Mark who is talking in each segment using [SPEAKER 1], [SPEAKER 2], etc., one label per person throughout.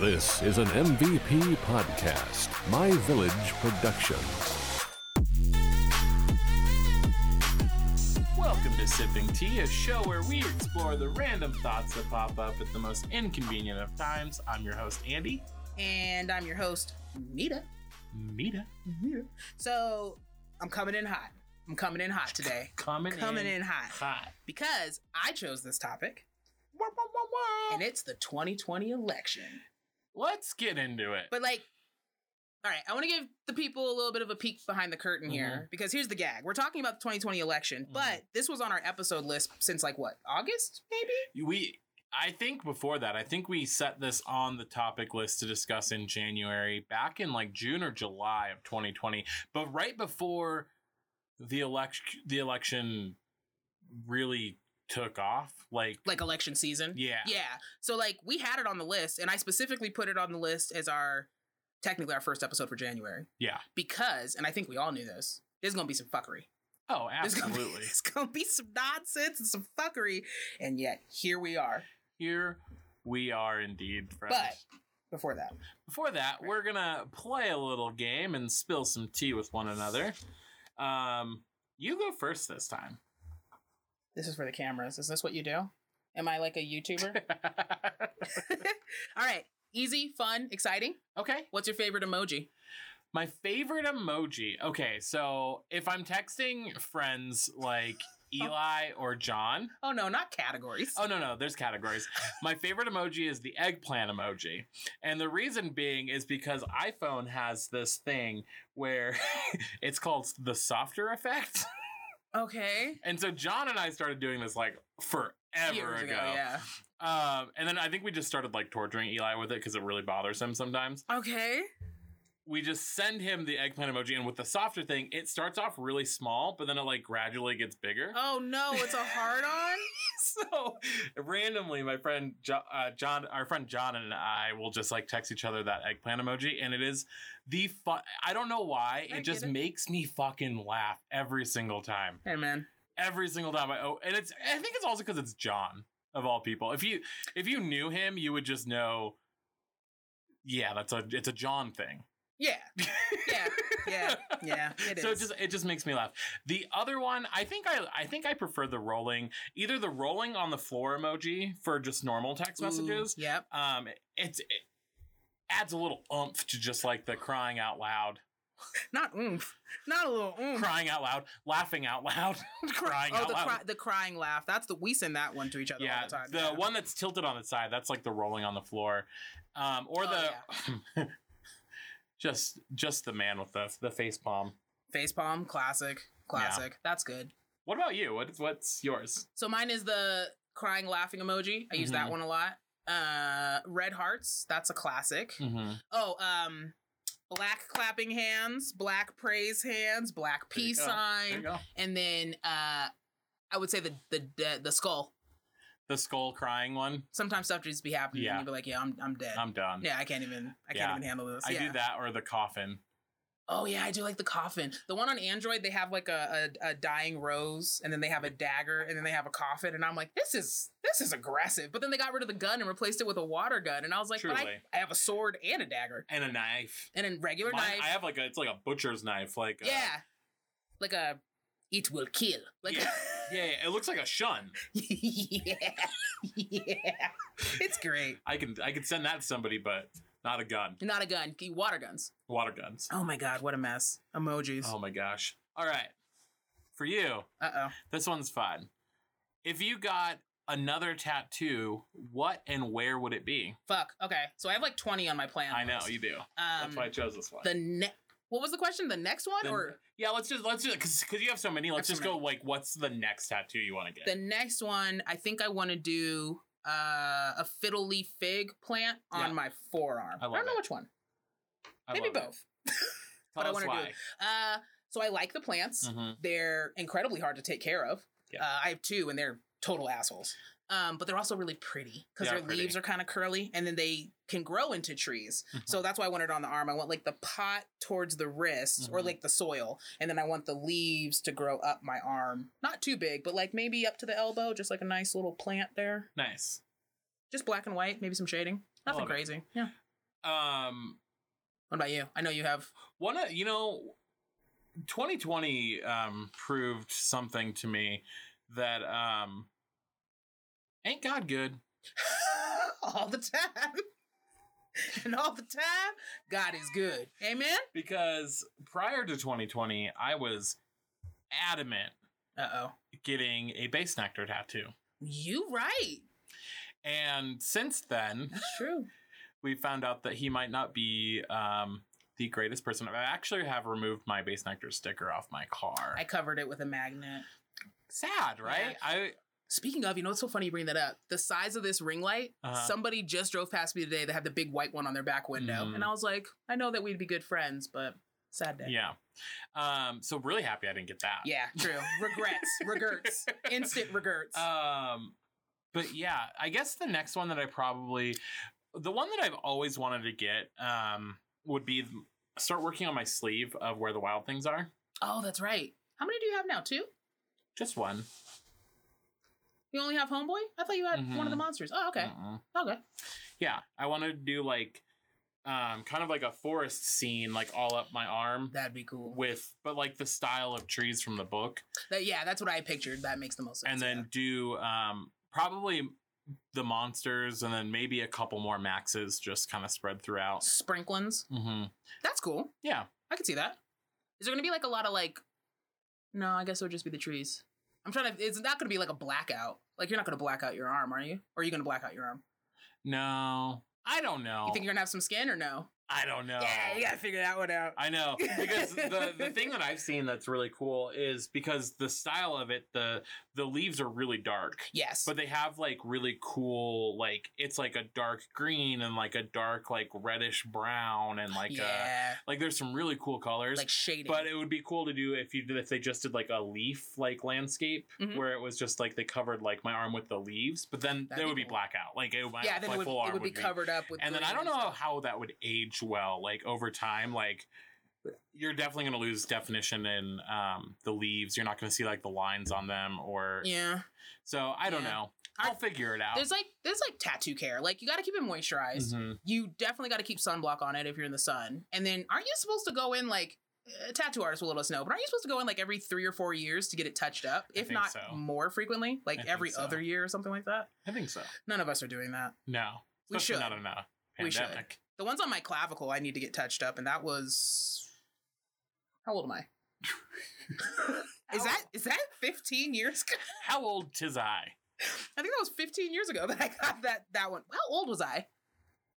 [SPEAKER 1] This is an MVP podcast, My Village Productions.
[SPEAKER 2] Welcome to Sipping Tea, a show where we explore the random thoughts that pop up at the most inconvenient of times. I'm your host, Andy.
[SPEAKER 3] and I'm your host, Nita.
[SPEAKER 2] Mita.
[SPEAKER 3] So I'm coming in hot. I'm coming in hot today
[SPEAKER 2] Coming,
[SPEAKER 3] Coming in hot.
[SPEAKER 2] Hot.
[SPEAKER 3] because I chose this topic,
[SPEAKER 2] Wah, wah, wah, wah.
[SPEAKER 3] and it's the 2020 election.
[SPEAKER 2] Let's get into it.
[SPEAKER 3] But like, all right, I want to give the people a little bit of a peek behind the curtain here because here's the gag: we're talking about the 2020 election, but this was on our episode list since like what August, maybe.
[SPEAKER 2] we, I think before that, I think we set this on the topic list to discuss in January, back in like June or July of 2020. But right before the election, the election really took off. Like,
[SPEAKER 3] like election season.
[SPEAKER 2] Yeah.
[SPEAKER 3] Yeah. So like we had it on the list and I specifically put it on the list as our technically our first episode for January
[SPEAKER 2] yeah.
[SPEAKER 3] because and I think we all knew this. There's going to be some fuckery.
[SPEAKER 2] Oh,
[SPEAKER 3] There's gonna be-
[SPEAKER 2] absolutely.
[SPEAKER 3] There's going to be some nonsense and some fuckery and yet here we are.
[SPEAKER 2] Here we are indeed, friends.
[SPEAKER 3] But before that,
[SPEAKER 2] Before that, we're gonna play a little game and spill some tea with one another. Um, you go first this time.
[SPEAKER 3] this is for the cameras. Is this what you do? Am I like a YouTuber? all right. Easy, fun, exciting.
[SPEAKER 2] okay.
[SPEAKER 3] What's your favorite emoji?
[SPEAKER 2] My favorite emoji. Okay, so if I'm texting friends like Eli or John,
[SPEAKER 3] Oh no, not categories.
[SPEAKER 2] Oh no, no, there's categories. My favorite emoji is the eggplant emoji. And the reason being is because iPhone has this thing where it's called the softer effect.
[SPEAKER 3] Okay.
[SPEAKER 2] And so John and I started doing this like forever
[SPEAKER 3] Years
[SPEAKER 2] ago.
[SPEAKER 3] yeah.
[SPEAKER 2] Um, and then I think we just started like torturing Eli with it because it really bothers him sometimes.
[SPEAKER 3] Okay.
[SPEAKER 2] We just send him the eggplant emoji, and with the softer thing, it starts off really small, but then it like gradually gets bigger.
[SPEAKER 3] Oh no, it's a hard on.
[SPEAKER 2] so randomly my friend jo- uh, john our friend john and i will just like text each other that eggplant emoji and it is the fun i don't know why
[SPEAKER 3] I
[SPEAKER 2] it just
[SPEAKER 3] get it.
[SPEAKER 2] makes me fucking laugh every single time
[SPEAKER 3] Hey man,
[SPEAKER 2] every single time i oh and it's i think it's also because it's john of all people if you if you knew him you would just know yeah that's a it's a john thing
[SPEAKER 3] Yeah. Yeah. Yeah. Yeah. It is.
[SPEAKER 2] so it just it just makes me laugh. The other one, I think I I think I prefer the rolling, either the rolling on the floor emoji for just normal text messages.
[SPEAKER 3] Ooh, yep.
[SPEAKER 2] Um, it's it adds a little oomph to just like the crying out loud,
[SPEAKER 3] Not oomph. Not a little oomph.
[SPEAKER 2] crying out loud, laughing out loud, crying
[SPEAKER 3] oh,
[SPEAKER 2] out
[SPEAKER 3] the,
[SPEAKER 2] loud.
[SPEAKER 3] cry, the crying laugh. That's the we send that one to each other
[SPEAKER 2] yeah,
[SPEAKER 3] all the time.
[SPEAKER 2] the
[SPEAKER 3] yeah.
[SPEAKER 2] one that's tilted on its side, that's like the rolling on the floor, um, or
[SPEAKER 3] Oh,
[SPEAKER 2] the. Just, just the man with the the face palm.
[SPEAKER 3] facepalm, classic, classic. That's good.
[SPEAKER 2] What about you? What, what's yours?
[SPEAKER 3] So mine is the crying laughing emoji. I use
[SPEAKER 2] Mhm.
[SPEAKER 3] that one a lot. Uh, red hearts. That's a classic.
[SPEAKER 2] Mm-hmm.
[SPEAKER 3] Oh, um, black clapping hands, black praise hands, black
[SPEAKER 2] There you
[SPEAKER 3] peace
[SPEAKER 2] go. There you
[SPEAKER 3] sign,
[SPEAKER 2] go.
[SPEAKER 3] and then uh, I would say the the the, the skull.
[SPEAKER 2] the skull crying one.
[SPEAKER 3] Sometimes stuff just be happening,
[SPEAKER 2] Yeah.
[SPEAKER 3] and you be like, "Yeah, I'm I'm dead."
[SPEAKER 2] I'm done.
[SPEAKER 3] Yeah, I can't even. I can't
[SPEAKER 2] Yeah.
[SPEAKER 3] even handle this.
[SPEAKER 2] I
[SPEAKER 3] yeah.
[SPEAKER 2] do that or the coffin.
[SPEAKER 3] Oh yeah, I do like the coffin. The one on Android, they have like a, a, a dying rose, and then they have a dagger, and then they have a coffin, and I'm like, this is this is aggressive. But then they got rid of the gun and replaced it with a water gun, and I was like, but I,
[SPEAKER 2] Truly.
[SPEAKER 3] I have a sword and a dagger
[SPEAKER 2] And a knife.
[SPEAKER 3] and a regular
[SPEAKER 2] Mine-
[SPEAKER 3] knife.
[SPEAKER 2] I have like a it's like a butcher's knife. Like uh, a-
[SPEAKER 3] yeah, like a it will kill. Like
[SPEAKER 2] yeah. Yeah, yeah, It looks like a shun.
[SPEAKER 3] yeah, yeah. It's great.
[SPEAKER 2] I can I can send that to somebody, but not a gun.
[SPEAKER 3] Not a gun, water guns.
[SPEAKER 2] Water guns.
[SPEAKER 3] Oh my god, what a mess. Emojis.
[SPEAKER 2] Oh my gosh. All right. For you,
[SPEAKER 3] Uh oh.
[SPEAKER 2] this one's fun. If you got another tattoo, what and where would it be?
[SPEAKER 3] Fuck. Okay. So I have like 20 on my plan.
[SPEAKER 2] I know
[SPEAKER 3] list.
[SPEAKER 2] you do.
[SPEAKER 3] Um,
[SPEAKER 2] That's why I chose this one.
[SPEAKER 3] the ne- What was the question? The next one
[SPEAKER 2] The-
[SPEAKER 3] or
[SPEAKER 2] yeah, let's just let's just because you have so many. Let's
[SPEAKER 3] I have
[SPEAKER 2] just
[SPEAKER 3] so
[SPEAKER 2] go like, what's the next tattoo you want to get?
[SPEAKER 3] the next one? I think I want to do uh, a fiddle leaf fig plant on
[SPEAKER 2] Yeah.
[SPEAKER 3] my forearm.
[SPEAKER 2] I
[SPEAKER 3] I,
[SPEAKER 2] love
[SPEAKER 3] don't know
[SPEAKER 2] it.
[SPEAKER 3] which one.
[SPEAKER 2] I
[SPEAKER 3] Maybe
[SPEAKER 2] love it.
[SPEAKER 3] both.
[SPEAKER 2] Tell
[SPEAKER 3] But I
[SPEAKER 2] us
[SPEAKER 3] wanna do
[SPEAKER 2] why.
[SPEAKER 3] it. Uh, so I like the plants.
[SPEAKER 2] Mhm.
[SPEAKER 3] They're incredibly hard to take care of.
[SPEAKER 2] Yeah.
[SPEAKER 3] Uh, I have two, and they're total assholes. Um, but they're also really pretty because
[SPEAKER 2] They are
[SPEAKER 3] their leaves
[SPEAKER 2] pretty.
[SPEAKER 3] are kind of curly, and then they can grow into trees.
[SPEAKER 2] Mm-hmm.
[SPEAKER 3] So that's why I want it on the arm. I want like the pot towards the wrist or
[SPEAKER 2] Mhm.
[SPEAKER 3] like the soil, and then I want the leaves to grow up my arm. Not too big, but like maybe up to the elbow, just like a nice little plant there.
[SPEAKER 2] Nice.
[SPEAKER 3] Just black and white, maybe some shading. Nothing
[SPEAKER 2] Love it.
[SPEAKER 3] crazy. Yeah.
[SPEAKER 2] Um,
[SPEAKER 3] What about you? I know you have.
[SPEAKER 2] one of you know 2020 um proved something to me that um ain't god good
[SPEAKER 3] all the time. and all the time, God is good. Amen?
[SPEAKER 2] because prior to 2020 i was adamant
[SPEAKER 3] Uh oh.
[SPEAKER 2] getting a base nectar tattoo
[SPEAKER 3] You right.
[SPEAKER 2] and since then
[SPEAKER 3] That's true.
[SPEAKER 2] we found out that he might not be um the greatest person i actually have removed my base nectar sticker off my car
[SPEAKER 3] I covered it with a magnet.
[SPEAKER 2] sad right
[SPEAKER 3] Yeah.
[SPEAKER 2] i
[SPEAKER 3] Speaking of, you know what's so funny you bring that up? The size of this ring light,
[SPEAKER 2] Uh-huh.
[SPEAKER 3] somebody just drove past me today that had the big white one on their back window.
[SPEAKER 2] Mhm.
[SPEAKER 3] And I was like, I know that we'd be good friends, but sad day.
[SPEAKER 2] yeah um so really happy i didn't get that
[SPEAKER 3] Yeah, true. Regrets. regrets. Instant regrets.
[SPEAKER 2] Um, but yeah, I guess the next one that I probably, the one that I've always wanted to get, um, would be th- start working on my sleeve of where the wild things are.
[SPEAKER 3] oh, that's right. How many do you have now? Two?
[SPEAKER 2] Just one.
[SPEAKER 3] You only have Homeboy? I thought you had one of the
[SPEAKER 2] Mhm.
[SPEAKER 3] monsters. Oh, okay.
[SPEAKER 2] Mm-mm.
[SPEAKER 3] Okay.
[SPEAKER 2] Yeah, I want to do like, um, kind of like a forest scene, like all up my arm
[SPEAKER 3] That'd be cool.
[SPEAKER 2] with, but like the style of trees from the book,
[SPEAKER 3] That, yeah, that's what I pictured. That makes the most sense.
[SPEAKER 2] and then do um probably the monsters, and then maybe a couple more maxes, just kind of spread
[SPEAKER 3] yeah.
[SPEAKER 2] throughout.
[SPEAKER 3] sprinklins.
[SPEAKER 2] Mm-hmm.
[SPEAKER 3] That's cool.
[SPEAKER 2] Yeah.
[SPEAKER 3] I could see that. Is there gonna be like a lot of like? No, I guess it would just be the trees. I'm trying to. It's not gonna be like a blackout. Like you're not gonna black out your arm, are you? Or are you gonna black out your arm?
[SPEAKER 2] No, I don't know.
[SPEAKER 3] You think you're gonna have some skin or no?
[SPEAKER 2] I don't know.
[SPEAKER 3] Yeah, you gotta figure that one out.
[SPEAKER 2] I know because the the thing that I've seen that's really cool is because the style of it the the leaves are really dark,
[SPEAKER 3] yes.
[SPEAKER 2] but they have like really cool like it's like a dark green and like a dark like reddish brown and like uh
[SPEAKER 3] yeah,
[SPEAKER 2] like there's some really cool colors.
[SPEAKER 3] like shading.
[SPEAKER 2] but it would be cool to do if you did if they just did like a leaf like landscape
[SPEAKER 3] Mhm.
[SPEAKER 2] where it was just like they covered like my arm with the leaves, but then
[SPEAKER 3] That'd
[SPEAKER 2] there
[SPEAKER 3] be
[SPEAKER 2] would be
[SPEAKER 3] cool.
[SPEAKER 2] blackout. Like it would my,
[SPEAKER 3] yeah, then
[SPEAKER 2] my
[SPEAKER 3] it would,
[SPEAKER 2] full arm
[SPEAKER 3] it would be
[SPEAKER 2] be
[SPEAKER 3] covered up with.
[SPEAKER 2] and then
[SPEAKER 3] green
[SPEAKER 2] I don't know
[SPEAKER 3] stuff.
[SPEAKER 2] how that would age well, like over time. Like you're definitely going to lose definition in um, the leaves. You're not going to see like the lines on them, or
[SPEAKER 3] Yeah,
[SPEAKER 2] so I don't
[SPEAKER 3] Yeah.
[SPEAKER 2] know. I'll
[SPEAKER 3] I-
[SPEAKER 2] figure it out.
[SPEAKER 3] there's like there's like tattoo care. Like you gotta keep it moisturized.
[SPEAKER 2] Mhm.
[SPEAKER 3] you definitely got to keep sunblock on it if you're in the sun. And then aren't you supposed to go in like a tattoo artist will let us know, but aren't you supposed to go in like every three or four years to get it touched up,
[SPEAKER 2] I
[SPEAKER 3] if
[SPEAKER 2] think
[SPEAKER 3] not
[SPEAKER 2] so.
[SPEAKER 3] more frequently, like
[SPEAKER 2] I think
[SPEAKER 3] every
[SPEAKER 2] so.
[SPEAKER 3] other year or something like that?
[SPEAKER 2] I think so.
[SPEAKER 3] None of us are doing that.
[SPEAKER 2] No,
[SPEAKER 3] We
[SPEAKER 2] Especially
[SPEAKER 3] should.
[SPEAKER 2] not in a
[SPEAKER 3] We should.
[SPEAKER 2] pandemic.
[SPEAKER 3] The ones on my clavicle I need to get touched up, and that was how old am I? is that is that 15 years? ago?
[SPEAKER 2] How old tis I?
[SPEAKER 3] I think that was 15 years ago that I got that that one. How old was I?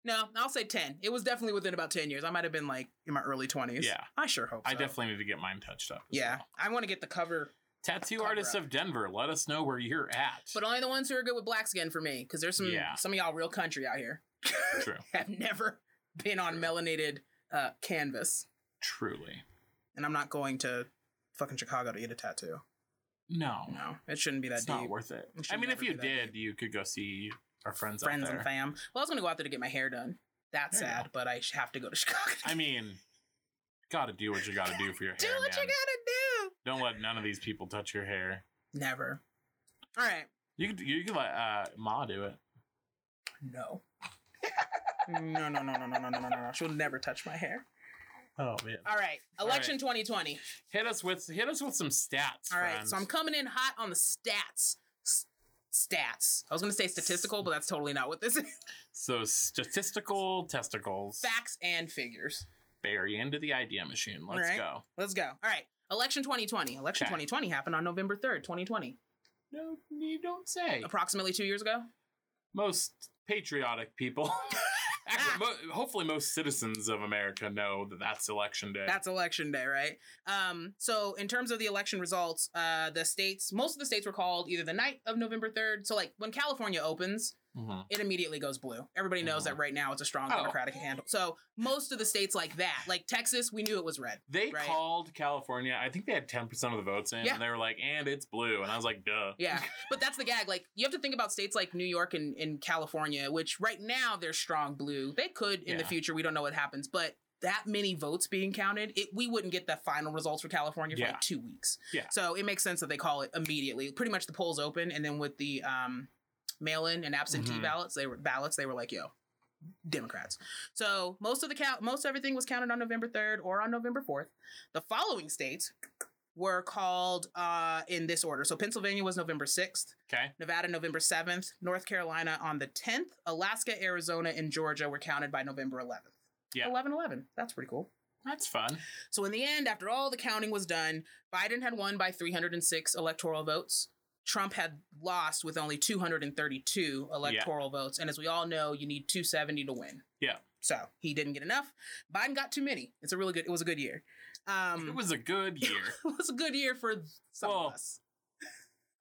[SPEAKER 3] No, I'll say 10. It was definitely within about 10 years. I might have been like in my early 20s.
[SPEAKER 2] Yeah.
[SPEAKER 3] I sure hope.
[SPEAKER 2] I
[SPEAKER 3] so.
[SPEAKER 2] definitely need to get mine touched up. as
[SPEAKER 3] Yeah,
[SPEAKER 2] well.
[SPEAKER 3] I want to get the cover,
[SPEAKER 2] Tattoo
[SPEAKER 3] Cover
[SPEAKER 2] artists
[SPEAKER 3] up.
[SPEAKER 2] of Denver, let us know where you're at.
[SPEAKER 3] but only the ones who are good with black skin for me, because there's some
[SPEAKER 2] Yeah.
[SPEAKER 3] some of y'all real country out here
[SPEAKER 2] True.
[SPEAKER 3] have never been on melanated uh, canvas,
[SPEAKER 2] Truly.
[SPEAKER 3] and I'm not going to fucking Chicago to get a tattoo.
[SPEAKER 2] Oh, No.
[SPEAKER 3] No, it shouldn't be that
[SPEAKER 2] it's
[SPEAKER 3] deep.
[SPEAKER 2] not worth it.
[SPEAKER 3] It should
[SPEAKER 2] I mean, if
[SPEAKER 3] never
[SPEAKER 2] you
[SPEAKER 3] be that
[SPEAKER 2] did, you could go see our friends, out
[SPEAKER 3] Friends
[SPEAKER 2] there.
[SPEAKER 3] and fam. Well, I was gonna go out there to get my hair done. That's
[SPEAKER 2] There you
[SPEAKER 3] sad, but I sh- have to go to Chicago.
[SPEAKER 2] I mean, gotta do what you gotta do for your
[SPEAKER 3] do
[SPEAKER 2] hair.
[SPEAKER 3] what
[SPEAKER 2] man.
[SPEAKER 3] you gotta
[SPEAKER 2] Don't let none of these people touch your hair.
[SPEAKER 3] do. Never. All right.
[SPEAKER 2] You could you could let uh, Ma do it.
[SPEAKER 3] No. no, no, no, no, no, no, no, no, no. She'll never touch my hair.
[SPEAKER 2] Oh man.
[SPEAKER 3] All right.
[SPEAKER 2] right.
[SPEAKER 3] Election 2020.
[SPEAKER 2] Hit us with hit us with some stats.
[SPEAKER 3] All right,
[SPEAKER 2] friends.
[SPEAKER 3] so I'm coming in hot on the stats. S- stats. I was going to say statistical, but that's totally not what this is.
[SPEAKER 2] So statistical testicles.
[SPEAKER 3] Facts and figures.
[SPEAKER 2] Bury into the idea machine. Let's
[SPEAKER 3] Right.
[SPEAKER 2] go.
[SPEAKER 3] Let's go. All right, election 2020. Election
[SPEAKER 2] Okay.
[SPEAKER 3] 2020 happened on November 3rd, 2020,
[SPEAKER 2] No, you don't say.
[SPEAKER 3] approximately two years ago.
[SPEAKER 2] Most patriotic people. Actually, mo- hopefully, most citizens of America know that that's election day.
[SPEAKER 3] That's election day, right? Um, so in terms of the election results, uh, the states, most of the states were called either the night of November 3rd. So like when California opens,
[SPEAKER 2] Mhm.
[SPEAKER 3] it immediately goes blue. Everybody knows
[SPEAKER 2] Mhm.
[SPEAKER 3] that right now it's a strong
[SPEAKER 2] Oh.
[SPEAKER 3] Democratic handle. So most of the states like that, like Texas, we knew it was red.
[SPEAKER 2] They
[SPEAKER 3] Right.
[SPEAKER 2] called California. I think they had ten percent of the votes in,
[SPEAKER 3] Yeah.
[SPEAKER 2] and they were like, "And it's blue," and I was like, "Duh."
[SPEAKER 3] Yeah, but that's the gag. Like you have to think about states like New York and, and California, which right now they're strong blue. They could in the
[SPEAKER 2] Yeah.
[SPEAKER 3] future. We don't know what happens, but that many votes being counted, it, we wouldn't get the final results for California for
[SPEAKER 2] Yeah.
[SPEAKER 3] like two weeks.
[SPEAKER 2] Yeah.
[SPEAKER 3] So it makes sense that they call it immediately. Pretty much the polls open, and then with the um, mail-in and absentee
[SPEAKER 2] Mhm.
[SPEAKER 3] ballots, they were ballots. They were like, "Yo, Democrats. So most of the count, most everything was counted on November third or on November fourth. The following states were called uh, in this order. So Pennsylvania was November sixth,
[SPEAKER 2] Okay.
[SPEAKER 3] Nevada November seventh, North Carolina on the tenth, Alaska, Arizona, and Georgia were counted by November eleventh.
[SPEAKER 2] Yeah.
[SPEAKER 3] 11 11. That's pretty cool.
[SPEAKER 2] That's fun.
[SPEAKER 3] So, in the end, after all the counting was done, Biden had won by 306 electoral votes. Trump had lost with only 232 electoral votes. And as we all know, you need 270 to win.
[SPEAKER 2] Yeah.
[SPEAKER 3] So he didn't get enough. Biden got too many. It's a really good, it was a good year. Um,
[SPEAKER 2] It was Oh. a good year,
[SPEAKER 3] it was a good year for some
[SPEAKER 2] Well-
[SPEAKER 3] of us.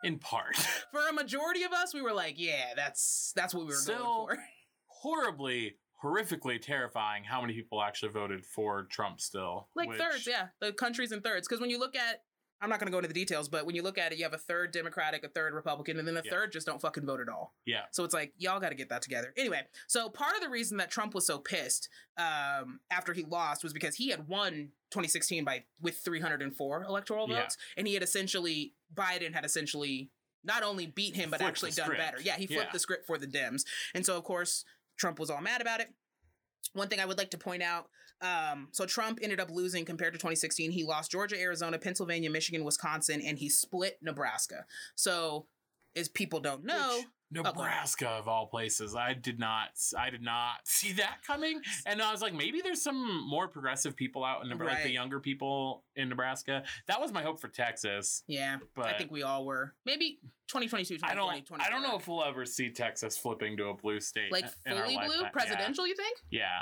[SPEAKER 2] in part.
[SPEAKER 3] For a majority of us, we were like, yeah, that's that's what we were
[SPEAKER 2] Still-
[SPEAKER 3] going for.
[SPEAKER 2] Horribly, horrifically terrifying how many people actually voted for Trump still.
[SPEAKER 3] like
[SPEAKER 2] which-
[SPEAKER 3] thirds yeah the country's in thirds because when you look at i'm not going to go into the details but when you look at it you have a third democratic a third republican and then a
[SPEAKER 2] Yeah.
[SPEAKER 3] third just don't fucking vote at all
[SPEAKER 2] Yeah.
[SPEAKER 3] so it's like y'all got to get that together anyway so part of the reason that trump was so pissed um, after he lost was because he had won 2016 by with 304 electoral
[SPEAKER 2] Yeah.
[SPEAKER 3] votes and he had essentially biden had essentially not only beat him but
[SPEAKER 2] Flipped
[SPEAKER 3] actually
[SPEAKER 2] the
[SPEAKER 3] done
[SPEAKER 2] script.
[SPEAKER 3] better yeah he flipped
[SPEAKER 2] Yeah.
[SPEAKER 3] the script for the dems and so of course trump was all mad about it one thing I would like to point out um, so Trump ended up losing compared to 2016. He lost Georgia, Arizona, Pennsylvania, Michigan, Wisconsin, and he split Nebraska. So, as people don't know,
[SPEAKER 2] Which- Nebraska of all places. I did not I did not see that coming. And I was like, maybe there's some more progressive people out in Nebraska, like the
[SPEAKER 3] Right.
[SPEAKER 2] younger people in Nebraska. That was my hope for Texas.
[SPEAKER 3] yeah,
[SPEAKER 2] But
[SPEAKER 3] I think we all were maybe 2022,
[SPEAKER 2] I don't
[SPEAKER 3] 2020,
[SPEAKER 2] I don't know if we'll ever see Texas flipping to a blue state.
[SPEAKER 3] like
[SPEAKER 2] in our
[SPEAKER 3] fully blue
[SPEAKER 2] lifetime.
[SPEAKER 3] presidential. You think?
[SPEAKER 2] Yeah. yeah.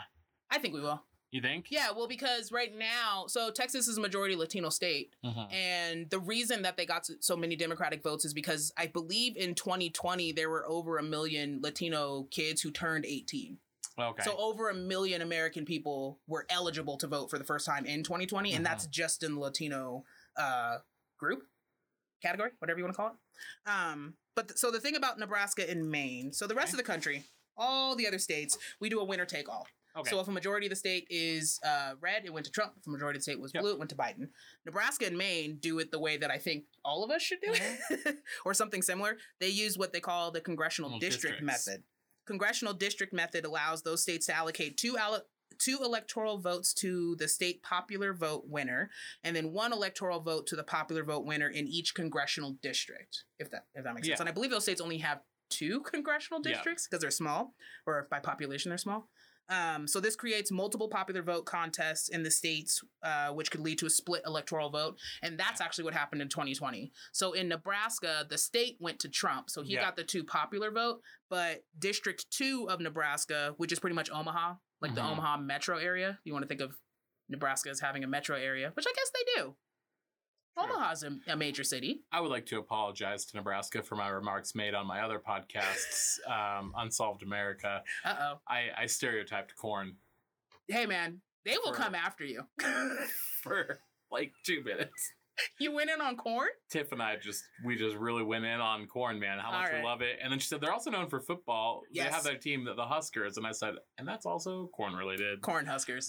[SPEAKER 3] I think we will.
[SPEAKER 2] You think?
[SPEAKER 3] Yeah, well, because right now, so Texas is a majority Latino state,
[SPEAKER 2] Mhm.
[SPEAKER 3] And the reason that they got so- so many Democratic votes is because I believe in 2020 there were over a million Latino kids who turned 18.
[SPEAKER 2] Okay.
[SPEAKER 3] So over a million American people were eligible to vote for the first time in 2020, and
[SPEAKER 2] Uh-huh.
[SPEAKER 3] that's just in the Latino uh, group category, whatever you want to call it. Um, but th- so the thing about Nebraska and Maine, so the rest
[SPEAKER 2] Okay.
[SPEAKER 3] of the country, all the other states, we do a winner take all.
[SPEAKER 2] okay.
[SPEAKER 3] So if a majority of the state is uh, red, it went to Trump. If a majority of the state was
[SPEAKER 2] Yep.
[SPEAKER 3] blue, it went to Biden. Nebraska and Maine do it the way that I think all of us should do
[SPEAKER 2] Mm-hmm.
[SPEAKER 3] it, or something similar. They use what they call the congressional
[SPEAKER 2] Well,
[SPEAKER 3] district
[SPEAKER 2] districts.
[SPEAKER 3] method. Congressional district method allows those states to allocate two allo- two electoral votes to the state popular vote winner, and then one electoral vote to the popular vote winner in each congressional district. If that if that makes
[SPEAKER 2] Yeah.
[SPEAKER 3] sense, and I believe those states only have two congressional
[SPEAKER 2] Yeah.
[SPEAKER 3] districts because they're small, or by population they're small. Um, so this creates multiple popular vote contests in the states, uh, which could lead to a split electoral vote, and that's actually what happened in 2020. So in Nebraska, the state went to Trump, so he
[SPEAKER 2] Yeah.
[SPEAKER 3] got the two popular vote, but District Two of Nebraska, which is pretty much Omaha, like the
[SPEAKER 2] Mhm.
[SPEAKER 3] Omaha metro area, you want to think of Nebraska as having a metro area, which I guess they do.
[SPEAKER 2] True.
[SPEAKER 3] Omaha's a, a major city.
[SPEAKER 2] I would like to apologize to Nebraska for my remarks made on my other podcasts, um, Unsolved America.
[SPEAKER 3] Uh oh.
[SPEAKER 2] I, I stereotyped corn
[SPEAKER 3] Hey man, they will
[SPEAKER 2] For-
[SPEAKER 3] come after you.
[SPEAKER 2] for like two minutes.
[SPEAKER 3] you went in on corn.
[SPEAKER 2] Tiff and I just we just really went in on corn, man. How much
[SPEAKER 3] All right.
[SPEAKER 2] we love it. And then she said they're also known for football. They
[SPEAKER 3] Yes.
[SPEAKER 2] have their team, the, the Huskers, and I said, and that's also corn related.
[SPEAKER 3] Corn Huskers.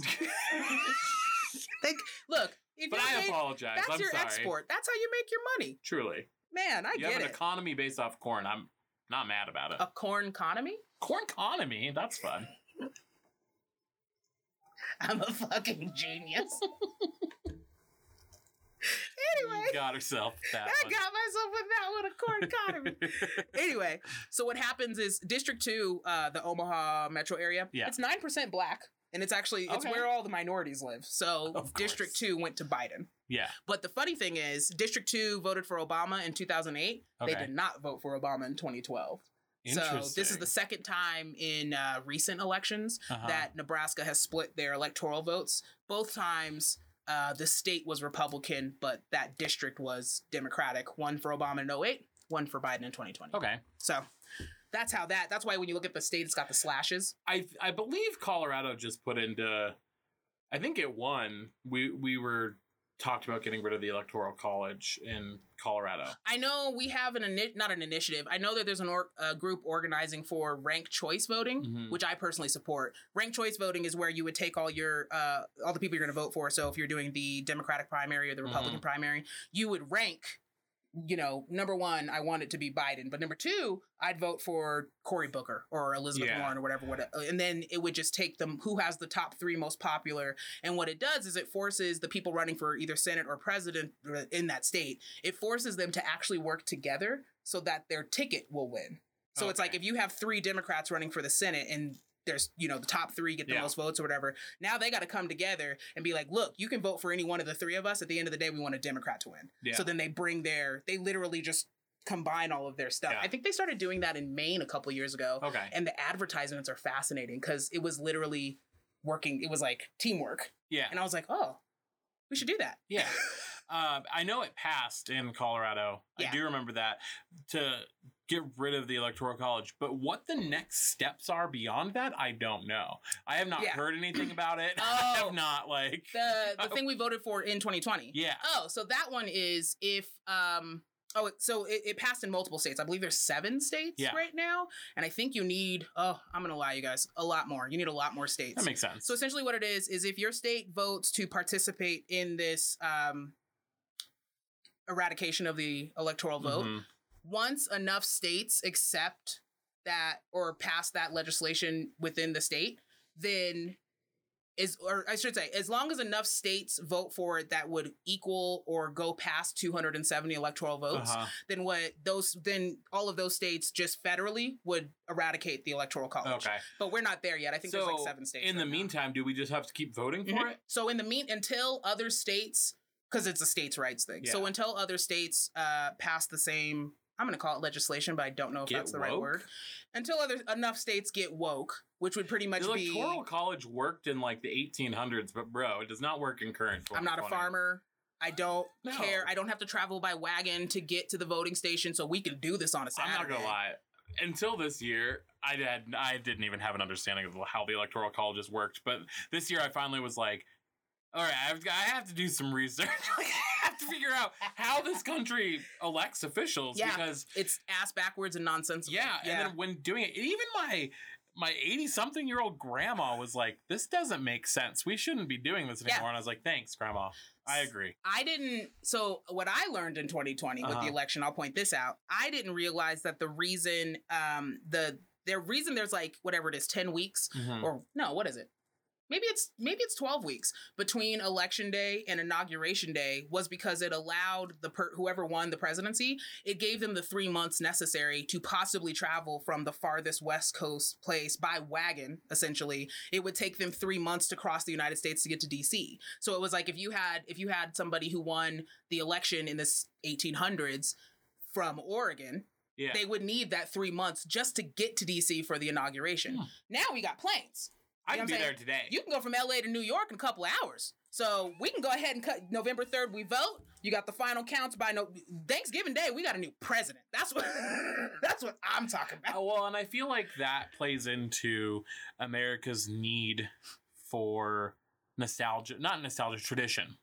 [SPEAKER 3] Think, look, if
[SPEAKER 2] But
[SPEAKER 3] you
[SPEAKER 2] I
[SPEAKER 3] made-
[SPEAKER 2] apologize.
[SPEAKER 3] That's
[SPEAKER 2] I'm
[SPEAKER 3] your
[SPEAKER 2] sorry.
[SPEAKER 3] export. That's how you make your money.
[SPEAKER 2] Truly,
[SPEAKER 3] Man, I
[SPEAKER 2] you have
[SPEAKER 3] get
[SPEAKER 2] an
[SPEAKER 3] it. Oh.
[SPEAKER 2] economy based off corn. I'm not mad about it.
[SPEAKER 3] a corn economy?
[SPEAKER 2] corn economy. That's fun.
[SPEAKER 3] I'm a fucking genius. anyway,
[SPEAKER 2] You got herself that.
[SPEAKER 3] I
[SPEAKER 2] one.
[SPEAKER 3] got myself with that one, a corn economy. anyway, so what happens is District Two, uh, the Omaha metro area.
[SPEAKER 2] Yeah.
[SPEAKER 3] it's nine percent black, and it's actually it's
[SPEAKER 2] Okay.
[SPEAKER 3] where all the minorities live. So
[SPEAKER 2] Of
[SPEAKER 3] District
[SPEAKER 2] course.
[SPEAKER 3] Two went to Biden.
[SPEAKER 2] yeah.
[SPEAKER 3] But the funny thing is, District Two voted for Obama in 2008. They
[SPEAKER 2] Okay.
[SPEAKER 3] did not vote for Obama in 2012. So this is the second time in uh, recent elections
[SPEAKER 2] Uh-huh.
[SPEAKER 3] that Nebraska has split their electoral votes. Both times, uh, the state was Republican, but that district was Democratic. One for Obama in 08, one for Biden in 2020.
[SPEAKER 2] Okay.
[SPEAKER 3] So that's how that. That's why when you look at the state, it's got the slashes.
[SPEAKER 2] I I believe Colorado just put into I think it won. We we were talked about getting rid of the electoral college in Colorado.
[SPEAKER 3] I know we have an ini- not an initiative. I know that there's an or- a group organizing for ranked choice voting,
[SPEAKER 2] Mhm.
[SPEAKER 3] which I personally support. Ranked choice voting is where you would take all your uh, all the people you're going to vote for. So if you're doing the Democratic primary or the Republican primary, you would rank you know, number one, I want it to be Biden, but number two, I'd vote for Cory Booker or Elizabeth
[SPEAKER 2] Yeah.
[SPEAKER 3] Warren or whatever, whatever. And then it would just take them who has the top three most popular. And what it does is it forces the people running for either Senate or president in that state, it forces them to actually work together so that their ticket will win. So it's like
[SPEAKER 2] Okay.
[SPEAKER 3] if you have three Democrats running for the Senate and there's, you know, the top three get the
[SPEAKER 2] Yeah.
[SPEAKER 3] most votes or whatever. Now they got to come together and be like, look, you can vote for any one of the three of us. At the end of the day, we want a Democrat to win.
[SPEAKER 2] Yeah.
[SPEAKER 3] So then they bring their, they literally just combine all of their stuff.
[SPEAKER 2] Yeah. Oh.
[SPEAKER 3] I think they started doing that in Maine a couple years ago.
[SPEAKER 2] Okay.
[SPEAKER 3] And the advertisements are fascinating because it was literally working, it was like teamwork.
[SPEAKER 2] Yeah.
[SPEAKER 3] And I was like, oh, we should do that.
[SPEAKER 2] Yeah. Um, I know it passed in Colorado. I
[SPEAKER 3] Yeah.
[SPEAKER 2] do remember that to get rid of the Electoral College. But what the next steps are beyond that, I don't know. I have not
[SPEAKER 3] Yeah.
[SPEAKER 2] heard anything about it. I
[SPEAKER 3] Oh.
[SPEAKER 2] have not, like,
[SPEAKER 3] The, the thing we voted for in 2020.
[SPEAKER 2] yeah.
[SPEAKER 3] Oh, so that one is if um oh it- so it, it passed in multiple states. I believe there's seven states
[SPEAKER 2] Yeah.
[SPEAKER 3] right now, and I think you need oh I'm gonna lie you guys a lot more. You need a lot more states.
[SPEAKER 2] That makes sense.
[SPEAKER 3] so essentially, what it is is if your state votes to participate in this um eradication of the electoral vote,
[SPEAKER 2] Mhm.
[SPEAKER 3] once enough states accept that or pass that legislation within the state, then is or I should say, as long as enough states vote for it that would equal or go past 270 electoral votes,
[SPEAKER 2] Uh-huh.
[SPEAKER 3] then what those then all of those states just federally would eradicate the electoral college.
[SPEAKER 2] Okay.
[SPEAKER 3] But we're not there yet. I think there's like seven states.
[SPEAKER 2] In the
[SPEAKER 3] right now.
[SPEAKER 2] meantime, do we just have to keep voting for
[SPEAKER 3] Mhm.
[SPEAKER 2] it?
[SPEAKER 3] So in the mean until other states, because it's a states' rights thing. So
[SPEAKER 2] Yeah.
[SPEAKER 3] until other states uh, pass the same, I'm going to call it legislation, but I don't know if
[SPEAKER 2] Get
[SPEAKER 3] that's the right
[SPEAKER 2] woke?
[SPEAKER 3] word. Until other enough states get woke, which would pretty much
[SPEAKER 2] The
[SPEAKER 3] be,
[SPEAKER 2] Electoral College worked in like the 1800s, but bro, it does not work in current.
[SPEAKER 3] I'm not a
[SPEAKER 2] 2020.
[SPEAKER 3] farmer. I don't
[SPEAKER 2] No.
[SPEAKER 3] care. I don't have to travel by wagon to get to the voting station, so we can do this on a
[SPEAKER 2] I'm
[SPEAKER 3] Saturday.
[SPEAKER 2] not gonna lie. Until this year, I had I didn't even have an understanding of how the electoral colleges worked. But this year, I finally was like, "All right, I've, I have to do some research. like, I have to figure out how this country elects officials
[SPEAKER 3] Yeah.
[SPEAKER 2] because
[SPEAKER 3] It's ass backwards and nonsensical.
[SPEAKER 2] yeah,
[SPEAKER 3] yeah.
[SPEAKER 2] And then when doing it, even my my eighty something year old grandma was like, "This doesn't make sense. We shouldn't be doing this
[SPEAKER 3] Yeah.
[SPEAKER 2] anymore." And I was like, "Thanks, grandma. I agree."
[SPEAKER 3] I didn't. So what I learned in 2020 with
[SPEAKER 2] Uh-huh.
[SPEAKER 3] the election, I'll point this out. I didn't realize that the reason, um, the the reason there's like whatever it is, 10 weeks
[SPEAKER 2] Mhm.
[SPEAKER 3] or no, what is it? Maybe it's maybe it's 12 weeks between election day and inauguration day was because it allowed the per- whoever won the presidency, it gave them the 3 months necessary to possibly travel from the farthest west coast place by wagon essentially. It would take them 3 months to cross the United States to get to DC. So it was like if you had if you had somebody who won the election in this 1800s from Oregon,
[SPEAKER 2] Yeah.
[SPEAKER 3] they would need that 3 months just to get to DC for the inauguration.
[SPEAKER 2] Hmm.
[SPEAKER 3] Now we got planes
[SPEAKER 2] I
[SPEAKER 3] you know
[SPEAKER 2] can
[SPEAKER 3] what
[SPEAKER 2] be
[SPEAKER 3] I'm
[SPEAKER 2] there
[SPEAKER 3] saying?
[SPEAKER 2] today.
[SPEAKER 3] you can go from LA to New York in a couple hours. So we can go ahead and cut November 3rd, we vote. You got the final counts by no Thanksgiving Day, we got a new president. That's what that's what I'm talking
[SPEAKER 2] Uh,
[SPEAKER 3] about.
[SPEAKER 2] well, and I feel like that plays into America's need for nostalgia, not nostalgia, tradition.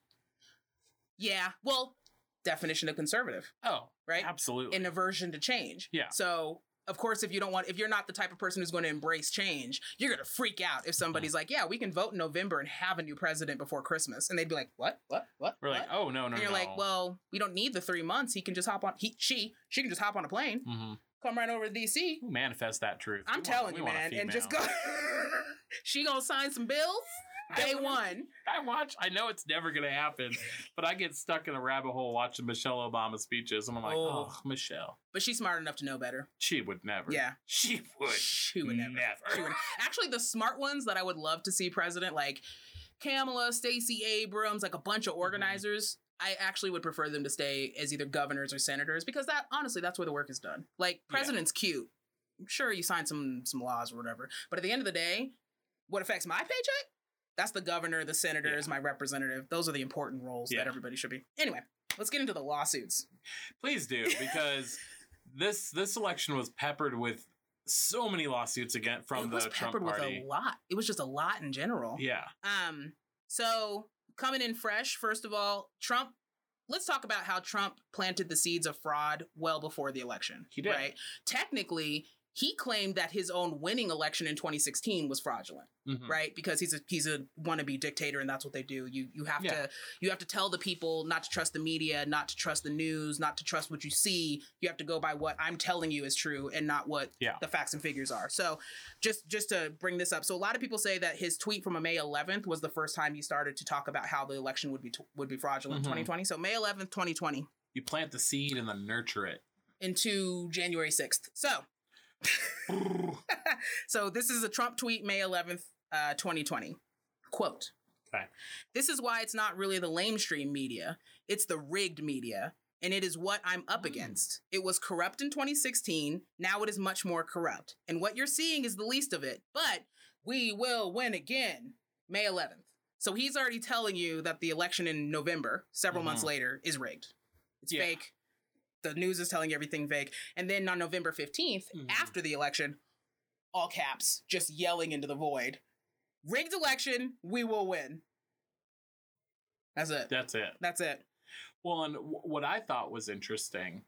[SPEAKER 3] Yeah. Well, definition of conservative,
[SPEAKER 2] Oh,
[SPEAKER 3] right?
[SPEAKER 2] absolutely.
[SPEAKER 3] An aversion to change.
[SPEAKER 2] Yeah.
[SPEAKER 3] So of course, if you don't want, if you're not the type of person who's going to embrace change, you're going to freak out if
[SPEAKER 2] Mm-hmm.
[SPEAKER 3] somebody's like, "Yeah, we can vote in November and have a new president before Christmas," and they'd be like, "What? What? What?"
[SPEAKER 2] We're like,
[SPEAKER 3] What?"
[SPEAKER 2] oh no, no,
[SPEAKER 3] and you're
[SPEAKER 2] no.
[SPEAKER 3] like, "Well, we don't need the three months. He can just hop on. He, she, she can just hop on a plane."
[SPEAKER 2] Mhm.
[SPEAKER 3] come right over to DC.
[SPEAKER 2] Who manifest that truth.
[SPEAKER 3] I'm
[SPEAKER 2] We want-
[SPEAKER 3] telling
[SPEAKER 2] we
[SPEAKER 3] you,
[SPEAKER 2] want a
[SPEAKER 3] man, and just go.
[SPEAKER 2] female.
[SPEAKER 3] she gonna sign some bills day
[SPEAKER 2] I-
[SPEAKER 3] one.
[SPEAKER 2] I watch. I know it's never gonna happen, but I get stuck in a rabbit hole watching Michelle Obama speeches, and I'm like,
[SPEAKER 3] Oh.
[SPEAKER 2] oh, Michelle,
[SPEAKER 3] But she's smart enough to know better.
[SPEAKER 2] she would never.
[SPEAKER 3] Yeah,
[SPEAKER 2] she would.
[SPEAKER 3] she would never.
[SPEAKER 2] never.
[SPEAKER 3] She would. Actually, the smart ones that I would love to see president, like Kamala, Stacey Abrams, like a bunch
[SPEAKER 2] Mm-hmm.
[SPEAKER 3] of organizers. I actually would prefer them to stay as either governors or senators because that honestly, that's where the work is done. Like
[SPEAKER 2] Yeah.
[SPEAKER 3] president's cute. Sure, you sign some some laws or whatever, but at the end of the day, what affects my paycheck? That's the governor, the senators, my representative. Those are the important roles
[SPEAKER 2] Yeah.
[SPEAKER 3] that everybody should be. Anyway, let's get into the lawsuits.
[SPEAKER 2] Please do because this this election was peppered with so many lawsuits again from
[SPEAKER 3] it was
[SPEAKER 2] the Trump
[SPEAKER 3] peppered with
[SPEAKER 2] party.
[SPEAKER 3] a lot. It was just a lot in general.
[SPEAKER 2] Yeah.
[SPEAKER 3] Um, so coming in fresh, first of all, Trump. Let's talk about how Trump planted the seeds of fraud well before the election.
[SPEAKER 2] He did.
[SPEAKER 3] Right. Technically, he claimed that his own winning election in 2016 was fraudulent,
[SPEAKER 2] Mhm.
[SPEAKER 3] right? Because he's a he's a wannabe dictator, and that's what they do. You you have
[SPEAKER 2] Yeah.
[SPEAKER 3] to you have to tell the people not to trust the media, not to trust the news, not to trust what you see. You have to go by what I'm telling you is true, and not what
[SPEAKER 2] Yeah.
[SPEAKER 3] the facts and figures are. So, just just to bring this up, so a lot of people say that his tweet from May 11th was the first time he started to talk about how the election would be t- would be fraudulent in
[SPEAKER 2] Mhm.
[SPEAKER 3] 2020. So May 11th, 2020
[SPEAKER 2] You plant the seed and then nurture it.
[SPEAKER 3] into January 6th. So, so this is a Trump tweet, May 11th, uh, 2020. Quote.
[SPEAKER 2] Okay.
[SPEAKER 3] This is why it's not really the lamestream media. It's the rigged media. And it is what I'm up
[SPEAKER 2] Mm.
[SPEAKER 3] against. It was corrupt in 2016. Now it is much more corrupt. And what you're seeing is the least of it. But we will win again May 11th. So he's already telling you that the election in November, several months
[SPEAKER 2] Mhm.
[SPEAKER 3] later, is rigged. It's
[SPEAKER 2] Yeah.
[SPEAKER 3] fake. The news is telling you everything fake. And then on November 15th,
[SPEAKER 2] Mhm.
[SPEAKER 3] after the election, all caps, just yelling into the void rigged election, we will win. That's it.
[SPEAKER 2] That's it.
[SPEAKER 3] That's it.
[SPEAKER 2] Well, and w- what I thought was interesting,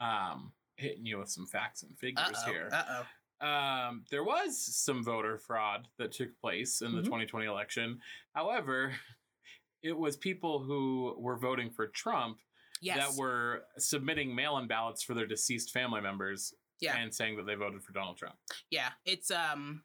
[SPEAKER 2] um, hitting you with some facts and figures here.
[SPEAKER 3] Uh oh.
[SPEAKER 2] um, there was some voter fraud that took place in the
[SPEAKER 3] Mhm.
[SPEAKER 2] 2020 election. However, it was people who were voting for Trump
[SPEAKER 3] Yes.
[SPEAKER 2] that were submitting mail-in ballots for their deceased family members
[SPEAKER 3] Yeah.
[SPEAKER 2] and saying that they voted for Donald Trump.
[SPEAKER 3] yeah. It's um.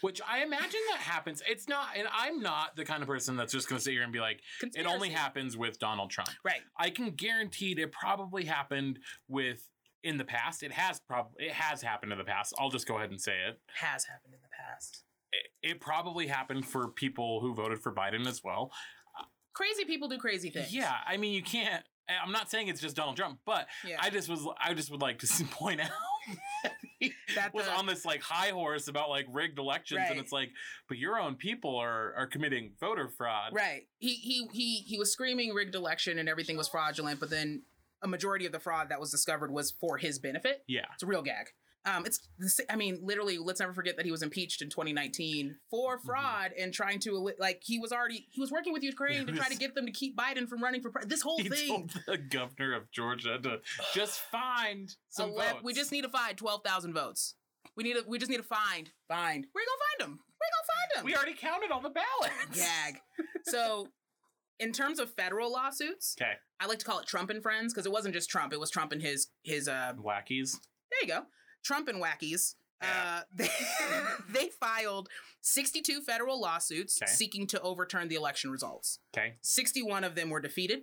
[SPEAKER 2] Which I imagine that happens. It's not, and I'm not the kind of person that's just going to sit here and be like, it only
[SPEAKER 3] conspiracy.
[SPEAKER 2] happens with Donald Trump.
[SPEAKER 3] Right.
[SPEAKER 2] I can guarantee it probably happened with in the past. It has probably it has happened in the past. I'll just go ahead and say it.
[SPEAKER 3] Has happened in the past.
[SPEAKER 2] It, it probably happened for people who voted for Biden as well.
[SPEAKER 3] Crazy people do crazy things.
[SPEAKER 2] Yeah, I mean you can't. I'm not saying it's just Donald Trump, but
[SPEAKER 3] Yeah.
[SPEAKER 2] I just was I just would like to point out
[SPEAKER 3] that uh,
[SPEAKER 2] was
[SPEAKER 3] the,
[SPEAKER 2] on this like high horse about like rigged elections,
[SPEAKER 3] Right.
[SPEAKER 2] and it's like, but your own people are are committing voter fraud.
[SPEAKER 3] right. He he he he was screaming rigged election and everything was fraudulent, but then a majority of the fraud that was discovered was for his benefit.
[SPEAKER 2] Yeah.
[SPEAKER 3] It's a real gag. Um, it's the sa- I mean, literally, let's never forget that he was impeached in 2019 for
[SPEAKER 2] Mm-hmm.
[SPEAKER 3] fraud and trying to eli- like he was already he was working with Ukraine to try to
[SPEAKER 2] was-
[SPEAKER 3] get them to keep Biden from running for pre- this whole
[SPEAKER 2] He
[SPEAKER 3] thing.
[SPEAKER 2] told the governor of Georgia to just find some
[SPEAKER 3] Ele-
[SPEAKER 2] votes.
[SPEAKER 3] We just need to find 12,000 votes. We need to, we just need to find find. We're gonna find them. We're gonna find them.
[SPEAKER 2] We already counted all the ballots.
[SPEAKER 3] gag. so, in terms of federal lawsuits,
[SPEAKER 2] Okay.
[SPEAKER 3] I like to call it Trump and friends because it wasn't just Trump; it was Trump and his his uh
[SPEAKER 2] Wackies.
[SPEAKER 3] There you go. Trump and wackies. Uh,
[SPEAKER 2] Yeah.
[SPEAKER 3] they, they filed 62 federal lawsuits
[SPEAKER 2] Okay.
[SPEAKER 3] seeking to overturn the election results.
[SPEAKER 2] Okay.
[SPEAKER 3] 61 of them were defeated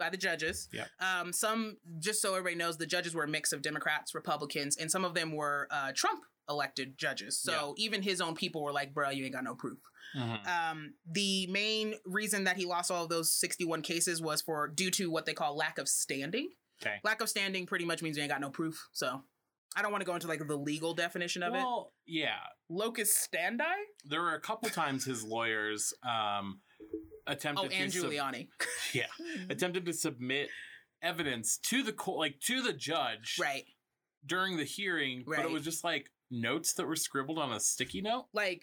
[SPEAKER 3] by the judges.
[SPEAKER 2] Yep.
[SPEAKER 3] Um, some, just so everybody knows, the judges were a mix of Democrats, Republicans, and some of them were uh, Trump elected judges. So even his own people were like, bruh, you ain't got no proof.
[SPEAKER 2] Mm-hmm.
[SPEAKER 3] Um, the main reason that he lost all of those 61 cases was for due to what they call lack of standing.
[SPEAKER 2] Okay.
[SPEAKER 3] Lack of standing pretty much means you ain't got no proof. So I don't want to go into like the legal definition of it.
[SPEAKER 2] Well, yeah.
[SPEAKER 3] Locus standi?
[SPEAKER 2] There were a couple times his lawyers um, attempted
[SPEAKER 3] Oh, and
[SPEAKER 2] to sub-
[SPEAKER 3] Giuliani.
[SPEAKER 2] yeah attempted to submit evidence to the court, like to the judge,
[SPEAKER 3] right.
[SPEAKER 2] during the hearing, but
[SPEAKER 3] Right.
[SPEAKER 2] it was just like notes that were scribbled on a sticky note.
[SPEAKER 3] Like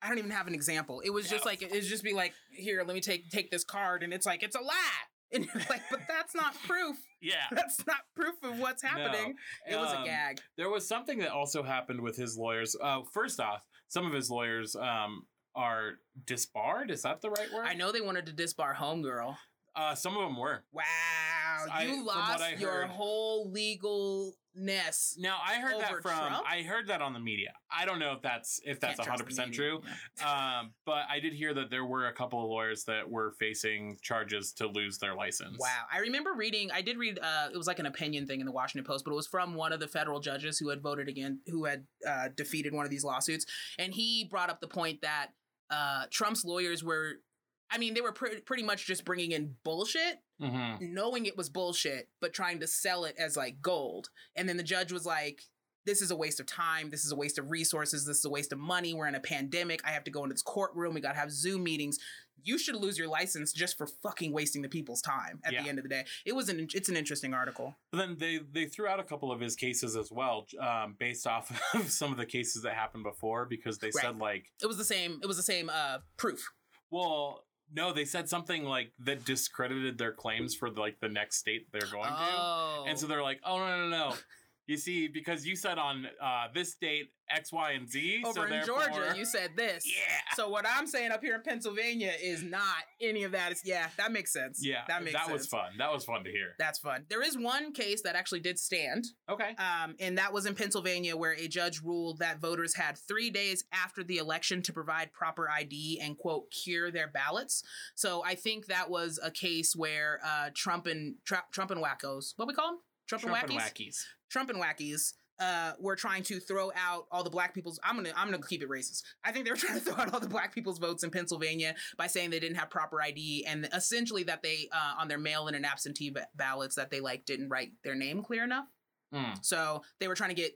[SPEAKER 3] I don't even have an example. It was just
[SPEAKER 2] No.
[SPEAKER 3] like it was just be like, here, let me take take this card, and it's like it's a lie. And you're like, but that's not proof.
[SPEAKER 2] Yeah,
[SPEAKER 3] That's not proof of what's happening. It was a
[SPEAKER 2] Um,
[SPEAKER 3] gag.
[SPEAKER 2] There was something that also happened with his lawyers. Uh, first off, some of his lawyers um, are disbarred. Is that the right word?
[SPEAKER 3] I know they wanted to disbar Homegirl.
[SPEAKER 2] Uh, some of them were.
[SPEAKER 3] Wow,
[SPEAKER 2] I-
[SPEAKER 3] you
[SPEAKER 2] from what
[SPEAKER 3] lost
[SPEAKER 2] I
[SPEAKER 3] your
[SPEAKER 2] heard-
[SPEAKER 3] whole legalness.
[SPEAKER 2] Now I heard
[SPEAKER 3] Over
[SPEAKER 2] that from
[SPEAKER 3] Trump?
[SPEAKER 2] I heard that on the media. I don't know if that's if that's
[SPEAKER 3] Can't trust the
[SPEAKER 2] hundred percent
[SPEAKER 3] media.
[SPEAKER 2] true, um, but I did hear that there were a couple of lawyers that were facing charges to lose their license.
[SPEAKER 3] Wow. I remember reading, I did read, uh, it was like an opinion thing in the Washington Post, but it was from one of the federal judges who had voted again, who had uh, defeated one of these lawsuits. And he brought up the point that uh, Trump's lawyers were, I mean, they were pre- pretty much just bringing in bullshit,
[SPEAKER 2] Mhm.
[SPEAKER 3] knowing it was bullshit, but trying to sell it as like gold. And then the judge was like, this is a waste of time. This is a waste of resources. This is a waste of money. We're in a pandemic. I have to go into this courtroom. We got to have Zoom meetings. You should lose your license just for fucking wasting the people's time at
[SPEAKER 2] Yeah.
[SPEAKER 3] the end of the day. It was an it's an interesting article.
[SPEAKER 2] But then they they threw out a couple of his cases as well, um, based off of some of the cases that happened before, because they
[SPEAKER 3] Right.
[SPEAKER 2] said like,
[SPEAKER 3] It was the same it was the same uh proof.
[SPEAKER 2] well, no, they said something like that discredited their claims for like the next state they're going to.
[SPEAKER 3] Oh.
[SPEAKER 2] And so they're like, oh, no, no, no. You see, because you said on uh, this date X, Y, and Z.
[SPEAKER 3] Over
[SPEAKER 2] so
[SPEAKER 3] in Georgia,
[SPEAKER 2] therefore-
[SPEAKER 3] you said this.
[SPEAKER 2] yeah.
[SPEAKER 3] So what I'm saying up here in Pennsylvania is not any of that. It's yeah, that makes sense.
[SPEAKER 2] Yeah,
[SPEAKER 3] that makes sense.
[SPEAKER 2] was fun. That was fun to hear.
[SPEAKER 3] That's fun. There is one case that actually did stand,
[SPEAKER 2] Okay.
[SPEAKER 3] um, and that was in Pennsylvania, where a judge ruled that voters had three days after the election to provide proper ID and quote cure their ballots. So I think that was a case where uh, Trump and Tra- Trump and wackos, what we call them, Trump, and wackies,
[SPEAKER 2] wackies.
[SPEAKER 3] Trump and wackies uh, were trying to throw out all the black people's. I'm gonna I'm gonna keep it racist. I think they were trying to throw out all the black people's votes in Pennsylvania by saying they didn't have proper ID and essentially that they uh, on their mail-in and absentee ba- ballots that they like didn't write their name clear enough.
[SPEAKER 2] Mm.
[SPEAKER 3] So they were trying to get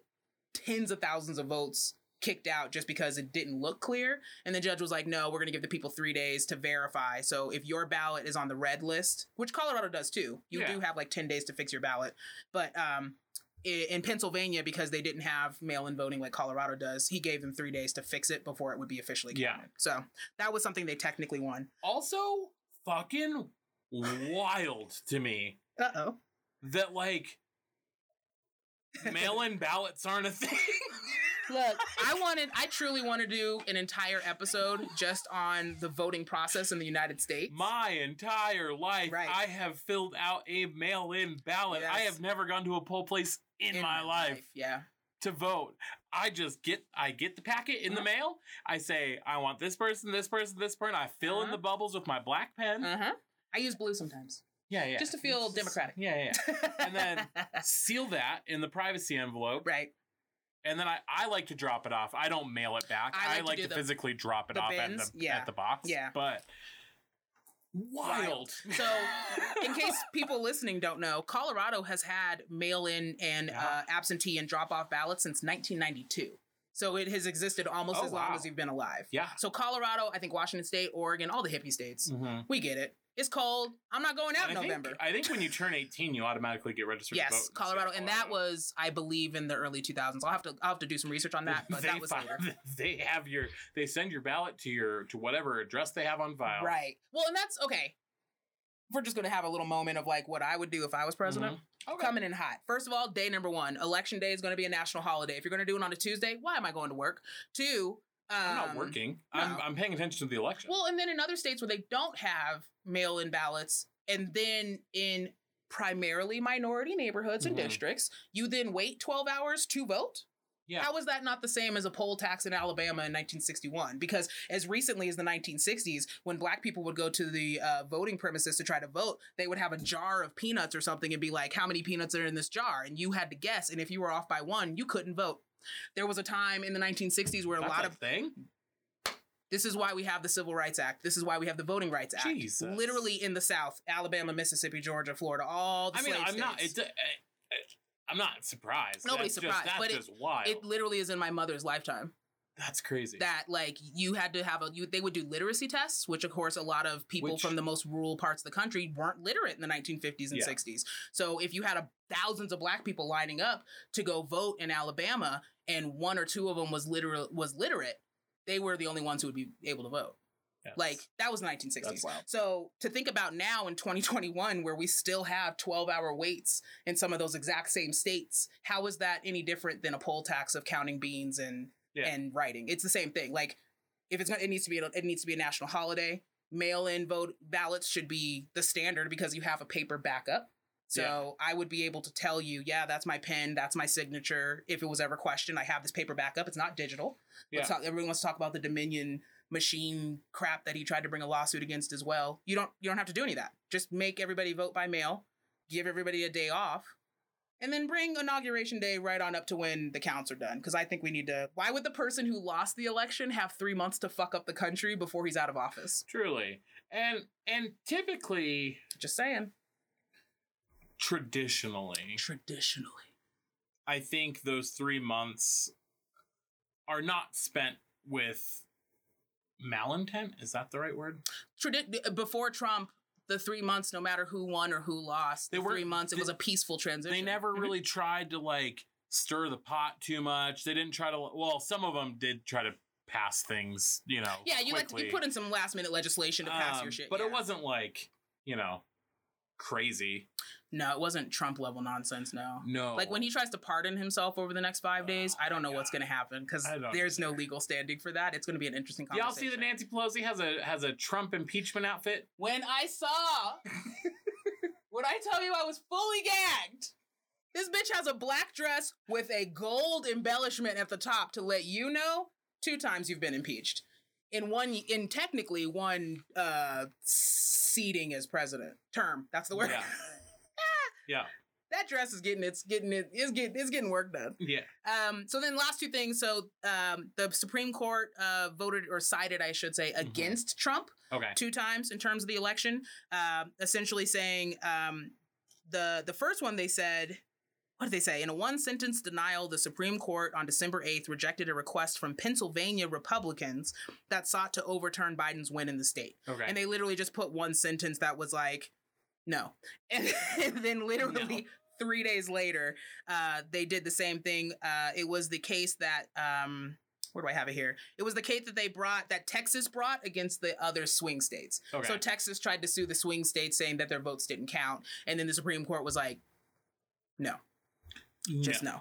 [SPEAKER 3] tens of thousands of votes kicked out just because it didn't look clear. And the judge was like, no, we're going to give the people three days to verify. So if your ballot is on the red list, which Colorado does too, you
[SPEAKER 2] Yeah.
[SPEAKER 3] do have like 10 days to fix your ballot. But, um, i- in Pennsylvania, because they didn't have mail-in voting like Colorado does, he gave them three days to fix it before it would be officially counted.
[SPEAKER 2] Yeah.
[SPEAKER 3] So that was something they technically won.
[SPEAKER 2] Also, fucking wild to me
[SPEAKER 3] Uh oh.
[SPEAKER 2] that like mail-in ballots aren't a thing.
[SPEAKER 3] Look, I wanted, I truly want to do an entire episode just on the voting process in the United States.
[SPEAKER 2] My entire life,
[SPEAKER 3] Right.
[SPEAKER 2] I have filled out a mail-in ballot. I
[SPEAKER 3] Yes.
[SPEAKER 2] have never gone to a poll place in, my, life.
[SPEAKER 3] Yeah.
[SPEAKER 2] to vote. I just get I get the packet in the
[SPEAKER 3] Uh-huh.
[SPEAKER 2] mail. I say I want this person, this person, this person. I fill in
[SPEAKER 3] Uh-huh.
[SPEAKER 2] the bubbles with my black pen.
[SPEAKER 3] Uh huh. I use blue sometimes
[SPEAKER 2] Yeah, yeah.
[SPEAKER 3] just to feel democratic.
[SPEAKER 2] Yeah, yeah. And then- yeah. Seal that in the privacy envelope,
[SPEAKER 3] right,
[SPEAKER 2] and then I, I like to drop it off. I don't mail it back.
[SPEAKER 3] I
[SPEAKER 2] I
[SPEAKER 3] like
[SPEAKER 2] like,
[SPEAKER 3] to
[SPEAKER 2] to,
[SPEAKER 3] do the-
[SPEAKER 2] physically drop it
[SPEAKER 3] the
[SPEAKER 2] off
[SPEAKER 3] bins.
[SPEAKER 2] at the
[SPEAKER 3] Yeah.
[SPEAKER 2] at the box.
[SPEAKER 3] Yeah.
[SPEAKER 2] but wild.
[SPEAKER 3] So, in case people listening don't know, Colorado has had mail-in and uh,
[SPEAKER 2] Yeah.
[SPEAKER 3] absentee and drop-off ballots since 1992. So it has existed almost
[SPEAKER 2] Oh,
[SPEAKER 3] as long
[SPEAKER 2] wow.
[SPEAKER 3] as you've been alive.
[SPEAKER 2] yeah.
[SPEAKER 3] So Colorado, I think Washington State, Oregon, all the hippie states,
[SPEAKER 2] Mhm.
[SPEAKER 3] we get it. It's cold. I'm not going
[SPEAKER 2] And
[SPEAKER 3] out in
[SPEAKER 2] I think-
[SPEAKER 3] November.
[SPEAKER 2] I think when you turn 18, you automatically get registered to vote. in
[SPEAKER 3] Yes,
[SPEAKER 2] the state of
[SPEAKER 3] Colorado, and that was, I believe, in the early 2000s. I'll have to, I'll have to do some research on that, but
[SPEAKER 2] they
[SPEAKER 3] that was
[SPEAKER 2] fi-
[SPEAKER 3] later.
[SPEAKER 2] They have your. They send your ballot to your to whatever address they have on file.
[SPEAKER 3] Right. Well, and that's okay. We're just gonna have a little moment of like what I would do if I was president.
[SPEAKER 2] Okay.
[SPEAKER 3] Coming in hot. First of all, day number one, election day is gonna be a national holiday. If you're gonna do it on a Tuesday, why am I going to work? Two, um,
[SPEAKER 2] I'm not working. I'm,
[SPEAKER 3] no.
[SPEAKER 2] I'm paying attention to the election.
[SPEAKER 3] Well, and then in other states where they don't have mail-in ballots, and then in primarily minority neighborhoods and
[SPEAKER 2] Mhm.
[SPEAKER 3] districts, you then wait 12 hours to vote.
[SPEAKER 2] yeah.
[SPEAKER 3] How is that not the same as a poll tax in Alabama in 1961? Because as recently as the 1960s, when black people would go to the uh, voting premises to try to vote, they would have a jar of peanuts or something and be like, how many peanuts are in this jar? And you had to guess. And if you were off by one, you couldn't vote. There was a time in the 1960s where a
[SPEAKER 2] That's
[SPEAKER 3] lot of
[SPEAKER 2] thing.
[SPEAKER 3] this is why we have the Civil Rights Act. This is why we have the Voting Rights Act.
[SPEAKER 2] Jesus.
[SPEAKER 3] Literally in the South, Alabama, Mississippi, Georgia, Florida, all the
[SPEAKER 2] I mean,
[SPEAKER 3] slave
[SPEAKER 2] I'm not. It's.
[SPEAKER 3] states.
[SPEAKER 2] uh, uh, I'm not surprised.
[SPEAKER 3] Nobody's
[SPEAKER 2] that's
[SPEAKER 3] surprised,
[SPEAKER 2] Just,
[SPEAKER 3] but
[SPEAKER 2] that's
[SPEAKER 3] it-
[SPEAKER 2] just wild.
[SPEAKER 3] it literally is in my mother's lifetime.
[SPEAKER 2] that's crazy.
[SPEAKER 3] that like you had to have a you they would do literacy tests which of course a lot of people
[SPEAKER 2] Which-
[SPEAKER 3] from the most rural parts of the country weren't literate in the 1950s and
[SPEAKER 2] Yeah.
[SPEAKER 3] 60s so if you had a thousands of black people lining up to go vote in Alabama and one or two of them was literal was literate they were the only ones who would be able to vote
[SPEAKER 2] Yes.
[SPEAKER 3] like that was 1960s
[SPEAKER 2] that's wild.
[SPEAKER 3] so to think about now in 2021, where we still have 12 hour waits in some of those exact same states, how is that any different than a poll tax of counting beans and
[SPEAKER 2] Yeah.
[SPEAKER 3] and writing? It's the same thing. Like if it's gonna, it needs to be it needs to be a national holiday. Mail in vote ballots should be the standard because you have a paper backup. So I would be able to tell you, yeah, that's my pen, that's my signature. If it was ever questioned, I have this paper backup. It's not digital. Let's
[SPEAKER 2] Yeah.
[SPEAKER 3] talk, everyone wants to talk about the Dominion machine crap that he tried to bring a lawsuit against as well. You don't you don't have to do any of that. Just make everybody vote by mail, give everybody a day off, and then bring inauguration day right on up to when the counts are done. Because I think we need to. Why would the person who lost the election have three months to fuck up the country before he's out of office?
[SPEAKER 2] Truly, and and typically,
[SPEAKER 3] Just saying.
[SPEAKER 2] traditionally,
[SPEAKER 3] Traditionally,
[SPEAKER 2] I think those three months are not spent with malintent. Is that the right word?
[SPEAKER 3] Tradi- uh, before Trump. The three months, no matter who won or who lost,
[SPEAKER 2] They
[SPEAKER 3] the
[SPEAKER 2] were-
[SPEAKER 3] three months, it
[SPEAKER 2] they-
[SPEAKER 3] was a peaceful transition.
[SPEAKER 2] They never
[SPEAKER 3] Mhm.
[SPEAKER 2] really tried to like stir the pot too much. They didn't try to. Well, some of them did try to pass things. You know.
[SPEAKER 3] Yeah, you like you
[SPEAKER 2] quickly.
[SPEAKER 3] put in some last minute legislation to pass your
[SPEAKER 2] Um,
[SPEAKER 3] shit,
[SPEAKER 2] but
[SPEAKER 3] yeah.
[SPEAKER 2] it wasn't like you know crazy.
[SPEAKER 3] No, it wasn't Trump level nonsense. No.
[SPEAKER 2] No.
[SPEAKER 3] Like when he tries to pardon himself over the next five days, I don't know what's going to happen because
[SPEAKER 2] Oh, I don't
[SPEAKER 3] there's no legal standing for that. It's going to be an interesting
[SPEAKER 2] Y'all
[SPEAKER 3] conversation.
[SPEAKER 2] see that Nancy Pelosi has a has a Trump impeachment outfit?
[SPEAKER 3] When I saw, when I tell you I was fully gagged, this bitch has a black dress with a gold embellishment at the top to let you know two times you've been impeached in one in technically one uh seating as president term. That's the word.
[SPEAKER 2] Yeah. Yeah.
[SPEAKER 3] that dress is getting it's getting it is getting it's getting work done.
[SPEAKER 2] Yeah.
[SPEAKER 3] Um, so then last two things. So um, the Supreme Court uh, voted or sided, I should say, against Trump
[SPEAKER 2] Okay.
[SPEAKER 3] two times in terms of the election, um, essentially saying um, the the first one they said. What did they say? In a one sentence denial, the Supreme Court on December 8th rejected a request from Pennsylvania Republicans that sought to overturn Biden's win in the state.
[SPEAKER 2] Okay.
[SPEAKER 3] And they literally just put one sentence that was like, no. And, then literally three days later, uh, they did the same thing. Uh, it was the case that, um, where do I have it here? It was the case that they brought, that Texas brought against the other swing states.
[SPEAKER 2] okay.
[SPEAKER 3] So Texas tried to sue the swing states saying that their votes didn't count. And then the Supreme Court was like, no just
[SPEAKER 2] No.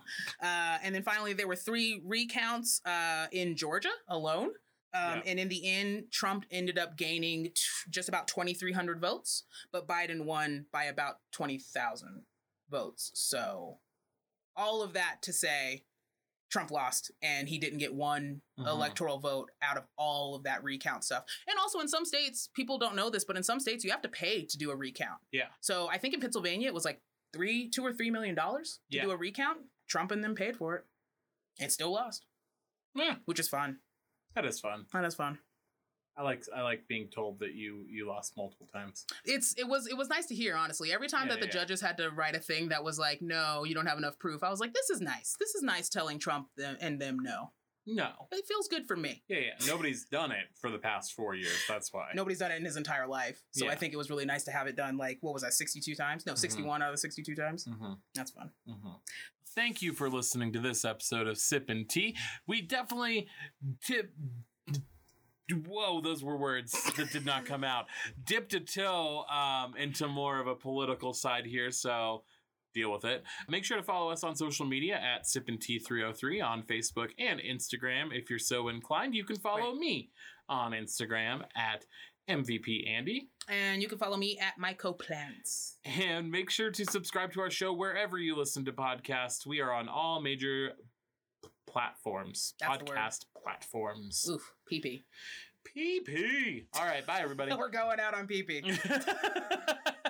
[SPEAKER 3] no. Uh, and then finally, there were three recounts uh, in Georgia alone. Um,
[SPEAKER 2] Yeah.
[SPEAKER 3] And in the end, Trump ended up gaining t- just about 2,300 votes, but Biden won by about 20,000 votes. So, all of that to say Trump lost and he didn't get one
[SPEAKER 2] Mhm.
[SPEAKER 3] electoral vote out of all of that recount stuff. And also, in some states, people don't know this, but in some states, you have to pay to do a recount.
[SPEAKER 2] Yeah.
[SPEAKER 3] So, I think in Pennsylvania, it was like three, two or three million dollars to
[SPEAKER 2] Yeah.
[SPEAKER 3] do a recount. Trump and them paid for it. It still lost,
[SPEAKER 2] Yeah,
[SPEAKER 3] which is fun.
[SPEAKER 2] that is fun.
[SPEAKER 3] That is fun.
[SPEAKER 2] I like I like being told that you you lost multiple times.
[SPEAKER 3] It's it was it was nice to hear honestly. Every time
[SPEAKER 2] Yeah,
[SPEAKER 3] that the
[SPEAKER 2] yeah.
[SPEAKER 3] judges had to write a thing that was like, "No, you don't have enough proof." I was like, "This is nice. This is nice telling Trump th- and them no."
[SPEAKER 2] No.
[SPEAKER 3] It feels good for me.
[SPEAKER 2] Yeah, yeah. Nobody's done it for the past four years. That's why.
[SPEAKER 3] Nobody's done it in his entire life, so I
[SPEAKER 2] Yeah.
[SPEAKER 3] think it was really nice to have it done. Like, what was that, sixty-two times? No,
[SPEAKER 2] Mhm.
[SPEAKER 3] 61 out of the sixty-two times.
[SPEAKER 2] Mm-hmm.
[SPEAKER 3] That's fun.
[SPEAKER 2] Mm-hmm. Thank you for listening to this episode of Sip and Tea. We definitely tip. Whoa, those were words that did not come out. Dipped a toe um, into more of a political side here, so deal with it. Make sure to follow us on social media at Sip and Tea 303 on Facebook and Instagram. If you're so inclined, you can follow me on Instagram at MVP Andy.
[SPEAKER 3] And you can follow me at Myco Plants.
[SPEAKER 2] And make sure to subscribe to our show wherever you listen to podcasts. We are on all major p- platforms,
[SPEAKER 3] That's the word.
[SPEAKER 2] podcast platforms.
[SPEAKER 3] Oof, pee pee.
[SPEAKER 2] PP. All right, bye everybody.
[SPEAKER 3] We're going out on pee pee.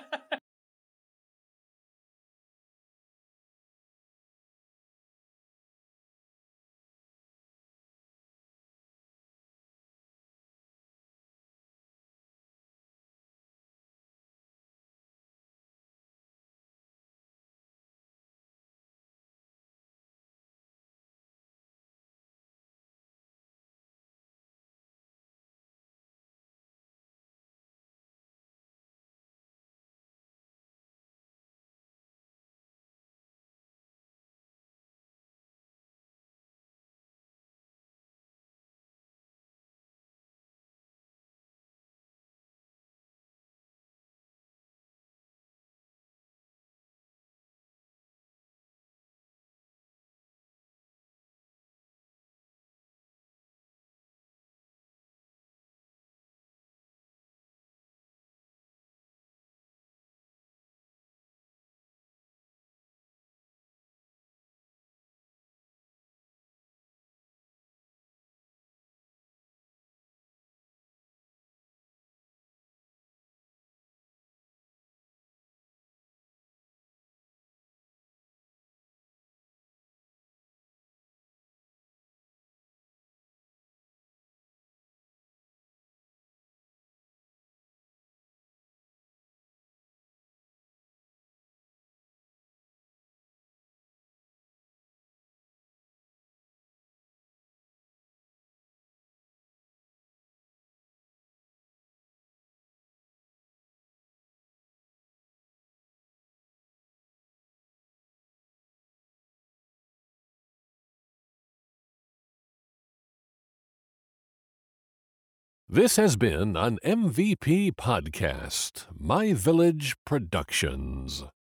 [SPEAKER 1] This has been an MVP podcast, My Village Productions.